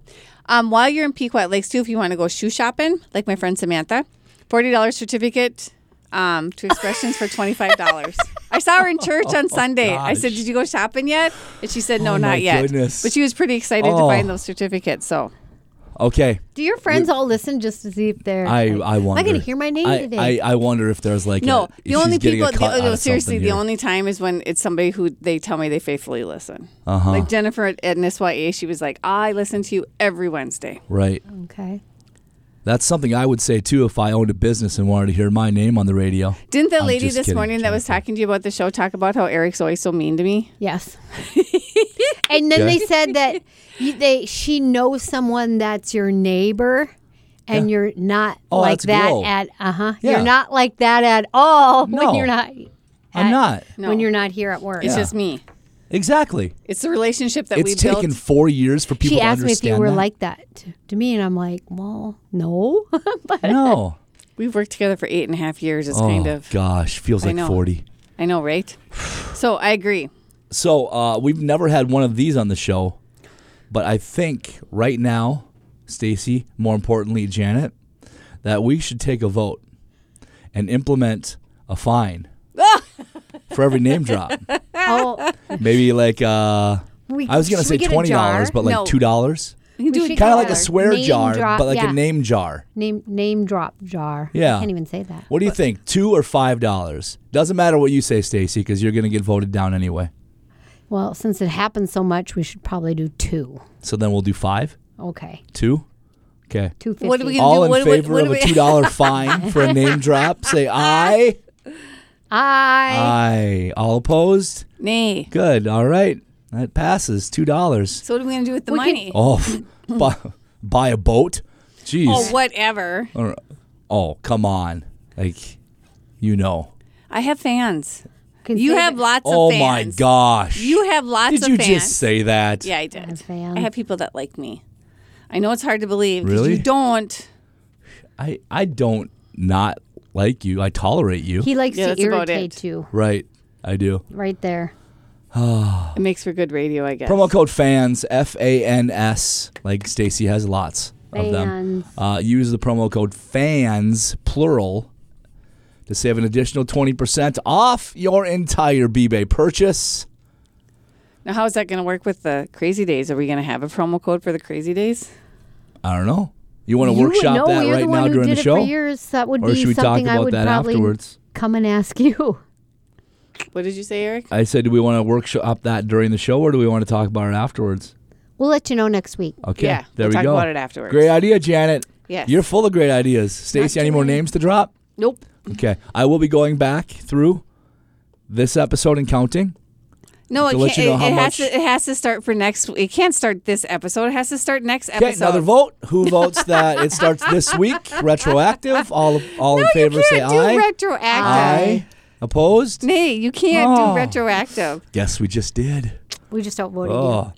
Speaker 1: Um, while you're in Pequot Lakes too, if you want to go shoe shopping, like my friend Samantha, forty dollars certificate um, to expressions for twenty five dollars. I saw her in church
Speaker 3: *laughs*
Speaker 1: on Sunday. I said,
Speaker 3: Oh, gosh.
Speaker 1: "Did you go shopping yet?" And she said, "No,
Speaker 3: Oh,
Speaker 1: not
Speaker 3: my
Speaker 1: yet."
Speaker 3: goodness.
Speaker 1: But she was pretty excited to
Speaker 3: Oh.
Speaker 1: find those certificates. So
Speaker 3: Okay.
Speaker 4: Do your friends all listen just to see if they're?
Speaker 3: I
Speaker 4: like,
Speaker 3: I wonder.
Speaker 4: Am I going to hear my name
Speaker 3: I,
Speaker 4: today?
Speaker 3: I, I wonder if there's like
Speaker 1: no,
Speaker 3: a, if
Speaker 1: the only
Speaker 3: she's getting
Speaker 1: people.
Speaker 3: A cut
Speaker 1: The,
Speaker 3: out
Speaker 1: no,
Speaker 3: of
Speaker 1: seriously,
Speaker 3: something
Speaker 1: the
Speaker 3: here.
Speaker 1: only time is when it's somebody who they tell me they faithfully listen.
Speaker 3: Uh-huh.
Speaker 1: Like Jennifer at, at NSYA, she was like, "I listen to you every Wednesday."
Speaker 3: right.
Speaker 4: okay.
Speaker 3: That's something I would say too if I owned a business and wanted to hear my name on the radio.
Speaker 1: Didn't the
Speaker 3: I'm
Speaker 1: lady
Speaker 3: just
Speaker 1: this
Speaker 3: kidding,
Speaker 1: morning that was
Speaker 3: Jennifer.
Speaker 1: talking to you about the show talk about how Eric's always so mean to me?
Speaker 4: *laughs* Yes. and then
Speaker 3: Okay.
Speaker 4: they said that you, they she knows someone that's your neighbor. And you're not
Speaker 3: Oh,
Speaker 4: like
Speaker 3: that's a
Speaker 4: that
Speaker 3: glow.
Speaker 4: at uh huh.
Speaker 3: Yeah.
Speaker 4: You're not like that at all *laughs*
Speaker 3: No.
Speaker 4: when you're not.
Speaker 3: I'm
Speaker 4: at-
Speaker 3: not.
Speaker 1: No.
Speaker 4: When you're not here at work.
Speaker 1: It's
Speaker 3: Yeah.
Speaker 1: just me.
Speaker 3: Exactly.
Speaker 1: It's the relationship that
Speaker 3: it's
Speaker 1: we
Speaker 3: taken
Speaker 1: built.
Speaker 3: four years for people
Speaker 4: she
Speaker 3: to
Speaker 4: asked me if
Speaker 3: understand
Speaker 4: you were
Speaker 3: that.
Speaker 4: like that to, to me, and I'm like, well,
Speaker 1: *laughs*
Speaker 4: no. *laughs* but
Speaker 3: *laughs* no.
Speaker 1: We've worked together for eight and a half years. It's
Speaker 3: Oh
Speaker 1: kind of.
Speaker 3: gosh, feels
Speaker 1: I
Speaker 3: like
Speaker 1: know.
Speaker 3: forty.
Speaker 1: I know, right? So I agree.
Speaker 3: So uh, we've never had one of these on the show, but I think right now, Stacy, more importantly, Janet, that we should take a vote and implement a
Speaker 4: *laughs*
Speaker 3: fine for every name drop.
Speaker 4: oh,
Speaker 3: Maybe like uh,
Speaker 4: We-
Speaker 3: I was gonna
Speaker 4: should
Speaker 3: say
Speaker 4: we get a
Speaker 3: twenty dollars,
Speaker 4: jar?
Speaker 3: but like
Speaker 1: No.
Speaker 3: two dollars.
Speaker 1: We can do
Speaker 4: should
Speaker 1: it
Speaker 3: Kind of like a
Speaker 4: Dollar.
Speaker 3: swear
Speaker 4: Name
Speaker 3: jar,
Speaker 4: drop,
Speaker 3: but like
Speaker 4: yeah.
Speaker 3: a name jar.
Speaker 4: name name drop jar.
Speaker 3: Yeah.
Speaker 4: I can't even say that.
Speaker 3: What do you think? Two or five dollars? Doesn't matter what you say, Stacy, because you're gonna get voted down anyway.
Speaker 4: Well, since it happens so much, we should probably do two.
Speaker 3: So then we'll do five,
Speaker 4: Okay,
Speaker 3: two. Okay.
Speaker 4: two fifty.
Speaker 1: What are we gonna
Speaker 3: All
Speaker 1: do?
Speaker 3: in
Speaker 1: what,
Speaker 3: favor
Speaker 1: what,
Speaker 3: of
Speaker 1: what
Speaker 3: a two dollar
Speaker 1: *laughs*
Speaker 3: fine for a name drop? Say aye.
Speaker 4: I
Speaker 3: Aye. All opposed?
Speaker 1: Nay.
Speaker 3: Good. All right. That passes. Two dollars.
Speaker 1: So what are we going to do with the
Speaker 4: We can-
Speaker 1: money?
Speaker 3: Oh, *laughs* f- bu- buy a boat. Jeez.
Speaker 1: oh, whatever.
Speaker 3: Or- oh, come on. Like, you know.
Speaker 1: I have fans.
Speaker 4: can
Speaker 1: You
Speaker 4: say
Speaker 1: have
Speaker 4: that.
Speaker 1: lots
Speaker 3: oh
Speaker 1: of fans.
Speaker 3: my gosh.
Speaker 1: You have lots
Speaker 3: Did
Speaker 1: of
Speaker 3: you
Speaker 1: fans.
Speaker 3: just say that?
Speaker 1: Yeah, I did.
Speaker 4: fan.
Speaker 1: I have people that like me. I know it's hard to believe. 'cause
Speaker 3: Really?
Speaker 1: You
Speaker 3: *sighs*
Speaker 1: don't.
Speaker 3: I I don't not like you. I tolerate you.
Speaker 4: He likes
Speaker 1: Yeah,
Speaker 4: to
Speaker 1: that's about
Speaker 4: irritate
Speaker 1: it.
Speaker 4: you
Speaker 3: right. I do.
Speaker 4: right there.
Speaker 1: It makes for good radio, I guess.
Speaker 3: Promo code fans F A N S. Like Stacy has lots of them.
Speaker 4: Fans.
Speaker 3: Uh, use the promo code fans plural to save an additional twenty percent off your entire BBay purchase.
Speaker 1: Now, how is that going to work with the crazy days? Are we going to have a promo code for the crazy days?
Speaker 3: I don't know. You want to
Speaker 4: You would
Speaker 3: workshop
Speaker 4: know,
Speaker 3: that
Speaker 4: you're
Speaker 3: right
Speaker 4: the one
Speaker 3: now
Speaker 4: who
Speaker 3: during
Speaker 4: did
Speaker 3: the
Speaker 4: it
Speaker 3: show,
Speaker 4: For years, that would
Speaker 3: or
Speaker 4: be
Speaker 3: should we talk
Speaker 4: something I
Speaker 3: about
Speaker 4: would
Speaker 3: that
Speaker 4: probably
Speaker 3: afterwards?
Speaker 4: come and ask you. *laughs*
Speaker 1: What did you say, Eric?
Speaker 3: I said, do we want to workshop that during the show, or do we want to talk about it afterwards?
Speaker 4: We'll let you know next week.
Speaker 3: Okay,
Speaker 1: Yeah,
Speaker 3: there
Speaker 1: we'll
Speaker 3: we
Speaker 1: talk
Speaker 3: go.
Speaker 1: about it afterwards.
Speaker 3: Great idea, Janet.
Speaker 1: Yes.
Speaker 3: you're full of great ideas. Stacy, any more names to drop?
Speaker 1: Nope.
Speaker 3: Okay, I will be going back through this episode and counting.
Speaker 1: No, it,
Speaker 3: To let
Speaker 1: can't,
Speaker 3: you know
Speaker 1: it,
Speaker 3: how
Speaker 1: it has
Speaker 3: much-
Speaker 1: to. It has to start for next. It can't start this episode. It has to start next
Speaker 3: Okay,
Speaker 1: episode.
Speaker 3: another vote. Who votes that it starts this week?
Speaker 1: *laughs*
Speaker 3: Retroactive. All all in favor
Speaker 1: You
Speaker 3: say
Speaker 1: can't do
Speaker 3: aye.
Speaker 1: retroactive.
Speaker 3: aye. Opposed?
Speaker 1: Nay, you can't
Speaker 3: Oh.
Speaker 1: do retroactive.
Speaker 3: Guess we just did.
Speaker 4: We just outvoted
Speaker 3: Oh,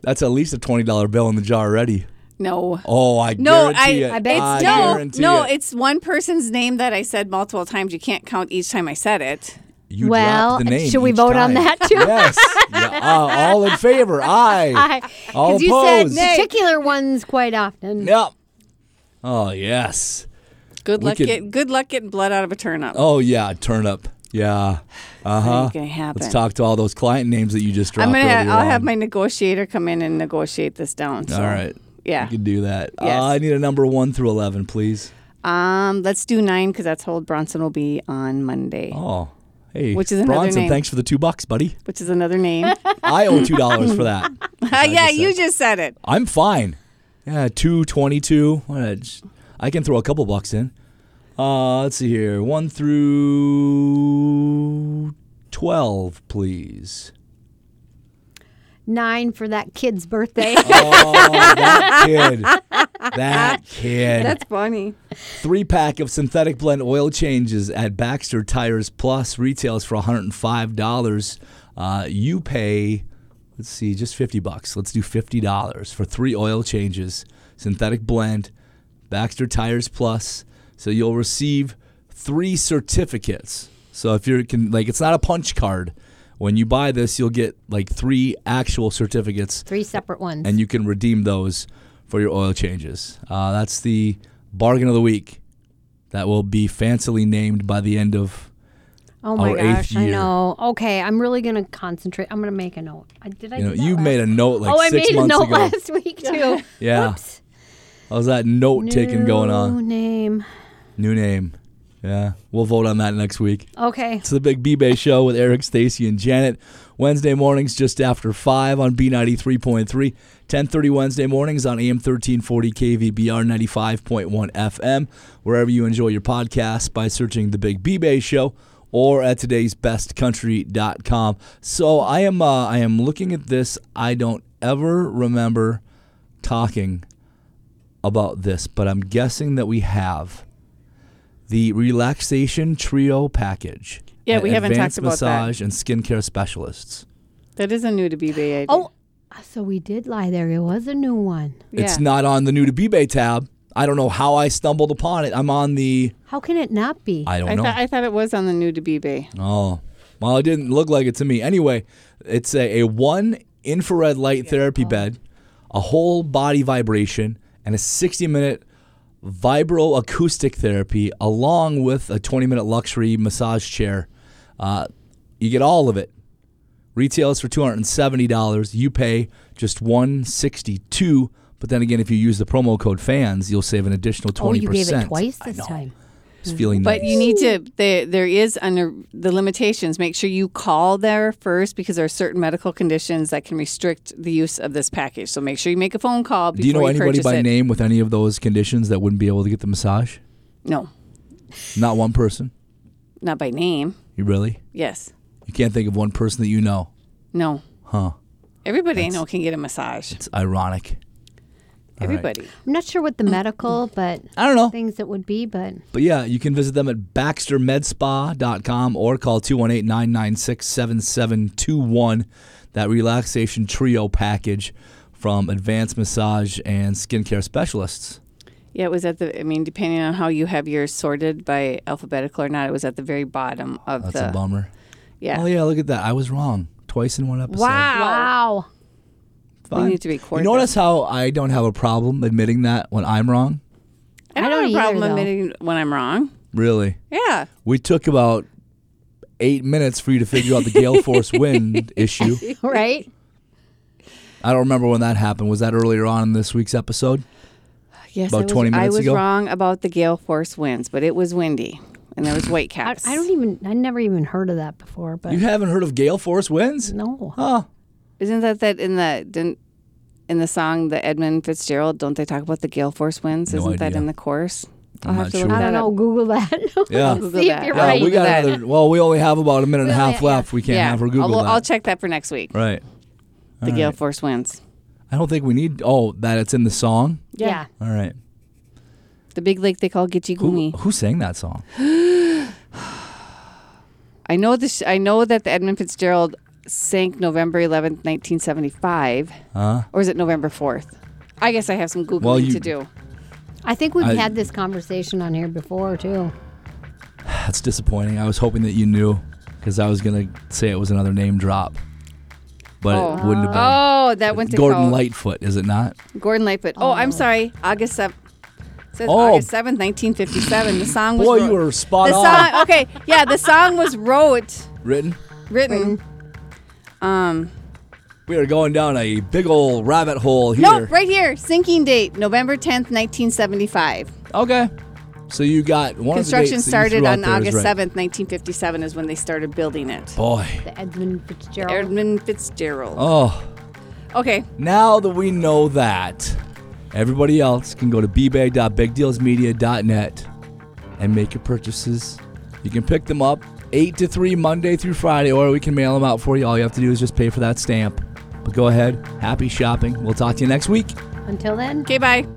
Speaker 3: that's at least a twenty dollar bill in the jar already.
Speaker 1: No.
Speaker 3: Oh, I
Speaker 1: No, I,
Speaker 3: guarantee it.
Speaker 4: I bet
Speaker 1: it's
Speaker 3: I
Speaker 1: no,
Speaker 3: guarantee
Speaker 1: no.
Speaker 3: it.
Speaker 1: It's one person's name that I said multiple times. You can't count each time I said it.
Speaker 3: You
Speaker 4: Well,
Speaker 3: dropped the name
Speaker 4: should we
Speaker 3: each
Speaker 4: vote on
Speaker 3: time.
Speaker 4: that too?
Speaker 3: yes. Yeah, uh, all
Speaker 1: *laughs*
Speaker 3: in favor. Aye.
Speaker 4: you. I,
Speaker 3: All
Speaker 4: 'cause you said
Speaker 3: opposed.
Speaker 4: particular ones quite often.
Speaker 3: Yep. Oh yes.
Speaker 1: Good
Speaker 3: We
Speaker 1: luck.
Speaker 3: could-
Speaker 1: get, good luck getting blood out of a turnip.
Speaker 3: Oh yeah. Turn up. Yeah. Uh huh.
Speaker 1: Ain't gonna happen.
Speaker 3: Let's talk to all those client names that you just dropped.
Speaker 1: I'm gonna.
Speaker 3: earlier
Speaker 1: I'll have
Speaker 3: on.
Speaker 1: my negotiator come in and negotiate this down. So.
Speaker 3: All right.
Speaker 1: Yeah.
Speaker 3: You can do that.
Speaker 1: Yes.
Speaker 3: Uh, I need a number one through 11, please.
Speaker 1: Um, let's do nine because that's how old Bronson will be on Monday,
Speaker 3: Oh, hey.
Speaker 1: Which is another
Speaker 3: Bronson,
Speaker 1: name.
Speaker 3: thanks for the two bucks, buddy.
Speaker 1: which is another name.
Speaker 3: *laughs*
Speaker 1: *laughs*
Speaker 3: I owe $2 for that.
Speaker 1: yeah, you
Speaker 3: said.
Speaker 1: just said it.
Speaker 3: I'm fine. Yeah, 222. What a- j- I can throw a couple bucks in. Uh, let's see here. One through
Speaker 1: *laughs*
Speaker 3: 12, please.
Speaker 4: Nine for that kid's birthday.
Speaker 3: *laughs* Oh, that kid. That kid.
Speaker 1: That's funny.
Speaker 3: Three pack of synthetic blend oil changes at Baxter Tires Plus retails for $105. Uh, you pay Let's see, just 50 bucks. Let's do $50 for three oil changes, synthetic blend, Baxter Tires Plus. So you'll receive three certificates. So if you're can, like, it's not a punch card. When you buy this, you'll get like three actual certificates
Speaker 4: Three separate ones.
Speaker 3: and you can redeem those for your oil changes. Uh, that's the bargain of the week that will be fancily named by the end of.
Speaker 4: oh my
Speaker 3: our eighth
Speaker 4: gosh, I
Speaker 3: year.
Speaker 4: know. Okay, I'm really gonna concentrate. I'm gonna make a note. I, did I?
Speaker 3: You know,
Speaker 4: do that
Speaker 3: you
Speaker 4: last-
Speaker 3: made a note like
Speaker 4: oh, I
Speaker 3: six
Speaker 4: made a
Speaker 3: months
Speaker 4: note
Speaker 3: ago.
Speaker 4: last week too.
Speaker 3: *laughs* Yeah,
Speaker 4: Oops.
Speaker 3: how's that note taking going on?
Speaker 4: New name.
Speaker 3: New name. Yeah, we'll vote on that next week.
Speaker 4: Okay.
Speaker 3: It's the Big B-Bay Show with Eric, Stacy, and Janet. Wednesday mornings just after 5 on B93.3. 1030 Wednesday mornings on AM 1340 KVBR 95.1 FM. Wherever you enjoy your podcast by searching The Big B-Bay Show or at today's bestcountry.com. So I am, uh, I am looking at this. I don't ever remember talking about this, but I'm guessing that we have the relaxation trio package.
Speaker 1: Yeah,
Speaker 3: at
Speaker 1: we haven't
Speaker 3: advanced
Speaker 1: talked about that.
Speaker 3: massage and skincare specialists.
Speaker 1: That is a new to BB idea.
Speaker 4: Oh, so we did lie there. It was a new one.
Speaker 3: It's not on the new to Bibe tab. I don't know how I stumbled upon it. I'm on the
Speaker 4: How can it not be?
Speaker 3: I don't
Speaker 1: I
Speaker 3: know.
Speaker 1: thought I thought it was on the new to BB.
Speaker 3: oh, well, it didn't look like it to me. Anyway, it's a, a one infrared light therapy bed, a whole body vibration, and a 60 minute vibroacoustic therapy, along with a 20 minute luxury massage chair. Uh, you get all of it. Retails for two hundred and seventy dollars. You pay just one sixty two. But then again, if you use the promo code fans, you'll save an additional
Speaker 4: oh,
Speaker 3: twenty
Speaker 4: you gave
Speaker 3: percent.
Speaker 4: it twice this time.
Speaker 3: feeling
Speaker 1: But
Speaker 3: nice.
Speaker 1: you need to. There, there is under the limitations. Make sure you call there first because there are certain medical conditions that can restrict the use of this package. So make sure you make a phone call. Before
Speaker 3: Do you know anybody
Speaker 1: purchase
Speaker 3: by
Speaker 1: it.
Speaker 3: name with any of those conditions that wouldn't be able to get the massage?
Speaker 1: No,
Speaker 3: Not one person.
Speaker 1: not by name.
Speaker 3: You really?
Speaker 1: Yes,
Speaker 3: You can't think of one person that you know,
Speaker 1: no.
Speaker 3: huh?
Speaker 1: Everybody I know can get a massage.
Speaker 3: It's ironic. right.
Speaker 1: Everybody.
Speaker 4: I'm not sure what
Speaker 3: *clears throat*
Speaker 4: the medical, but
Speaker 3: I don't know.
Speaker 4: things it would be, but
Speaker 3: But yeah, you can visit them at baxtermedspa.com or call 218 996 7721. That relaxation trio package from advanced massage and skincare specialists.
Speaker 1: Yeah, it was at the. I mean, depending on how you have yours sorted by alphabetical or not, it was at the very bottom of
Speaker 3: That's
Speaker 1: the.
Speaker 3: a bummer.
Speaker 1: Yeah.
Speaker 3: Oh, yeah, look at that. I was wrong. Twice in one episode.
Speaker 1: Wow.
Speaker 4: wow.
Speaker 3: *laughs*
Speaker 1: We
Speaker 3: Fine.
Speaker 1: need to be
Speaker 3: You
Speaker 1: cordial.
Speaker 3: notice how I don't have a problem admitting that when I'm wrong?
Speaker 1: I don't,
Speaker 4: I don't
Speaker 1: have a
Speaker 4: either,
Speaker 1: problem
Speaker 4: though.
Speaker 1: admitting when I'm wrong.
Speaker 3: Really?
Speaker 1: Yeah.
Speaker 3: We took about eight minutes for you to figure out
Speaker 1: *laughs*
Speaker 3: the gale force wind issue.
Speaker 4: right?
Speaker 3: I don't remember when that happened. Was that earlier on in this week's episode?
Speaker 1: Yes, I
Speaker 3: About
Speaker 1: was,
Speaker 3: 20
Speaker 1: I
Speaker 3: minutes
Speaker 1: was
Speaker 3: ago?
Speaker 1: wrong about the gale force winds, but it was windy and there *gasps* was white
Speaker 4: I,
Speaker 1: caps.
Speaker 4: I don't even. I never even heard of that before. But
Speaker 3: You haven't heard of gale force winds?
Speaker 4: no,
Speaker 3: Huh.
Speaker 1: Isn't that that in the didn't, in the song the Edmund Fitzgerald? Don't they talk about the gale force winds?
Speaker 3: No
Speaker 1: Isn't that
Speaker 3: idea.
Speaker 1: in the chorus? I'll
Speaker 3: I'm
Speaker 1: have
Speaker 3: not
Speaker 1: to look
Speaker 3: sure.
Speaker 4: I
Speaker 1: that
Speaker 4: don't know.
Speaker 1: up.
Speaker 4: Google that. *laughs*
Speaker 3: Yeah.
Speaker 4: See if
Speaker 1: Google that.
Speaker 4: you're
Speaker 1: Yeah,
Speaker 3: Yeah,
Speaker 4: right.
Speaker 3: we
Speaker 1: Google
Speaker 3: got
Speaker 1: that.
Speaker 3: another. Well, we only have about a minute and a
Speaker 4: Well,
Speaker 3: half
Speaker 4: yeah,
Speaker 3: left. We can't
Speaker 1: yeah,
Speaker 3: have her Google
Speaker 1: I'll,
Speaker 3: that.
Speaker 1: I'll check that for next week.
Speaker 3: right.
Speaker 1: the gale force winds.
Speaker 3: I don't think we need. Oh, that it's in the song.
Speaker 4: yeah.
Speaker 3: All right.
Speaker 1: The big lake they call
Speaker 3: Who,
Speaker 1: Gitchigumi.
Speaker 3: who sang that song? *sighs*
Speaker 1: I know this. I know that the Edmund Fitzgerald sank November eleventh, nineteen seventy-five,
Speaker 3: Huh?
Speaker 1: or is it November fourth? I guess I have some googling
Speaker 3: Well, you-
Speaker 1: to do.
Speaker 4: I think we've
Speaker 3: I-
Speaker 4: had this conversation on here before too.
Speaker 3: That's disappointing. I was hoping that you knew because I was gonna say it was another name drop, but it
Speaker 1: Oh.
Speaker 3: wouldn't have been.
Speaker 1: Oh, that went to
Speaker 3: Gordon
Speaker 1: call-
Speaker 3: Lightfoot, is it not?
Speaker 1: Gordon Lightfoot. Oh, I'm sorry. August 7th. Says
Speaker 3: Oh.
Speaker 1: August 7th, 1957. The song was
Speaker 3: Boy,
Speaker 1: wrote-
Speaker 3: you were spot
Speaker 1: the
Speaker 3: on.
Speaker 1: Song, okay, yeah, the song was wrote,
Speaker 3: Written.
Speaker 1: written. Um,
Speaker 3: We are going down a big old rabbit hole here.
Speaker 1: no, right here. Sinking date, November 10th, 1975.
Speaker 3: Okay. So you got one
Speaker 1: Construction
Speaker 3: of the dates that
Speaker 1: started
Speaker 3: you threw out
Speaker 1: on
Speaker 3: there is
Speaker 1: August
Speaker 3: right.
Speaker 1: 7th, 1957 is when they started building it.
Speaker 3: Boy.
Speaker 4: The Edmund Fitzgerald.
Speaker 1: Edmund Fitzgerald.
Speaker 3: Oh.
Speaker 1: Okay,
Speaker 3: Now that we know that, everybody else can go to bbay.bigdealsmedia.net and make your purchases. You can pick them up 8 to 3 Monday through Friday, or we can mail them out for you. All you have to do is just pay for that stamp. But go ahead. Happy shopping. We'll talk to you next week.
Speaker 4: Until then.
Speaker 1: okay, bye.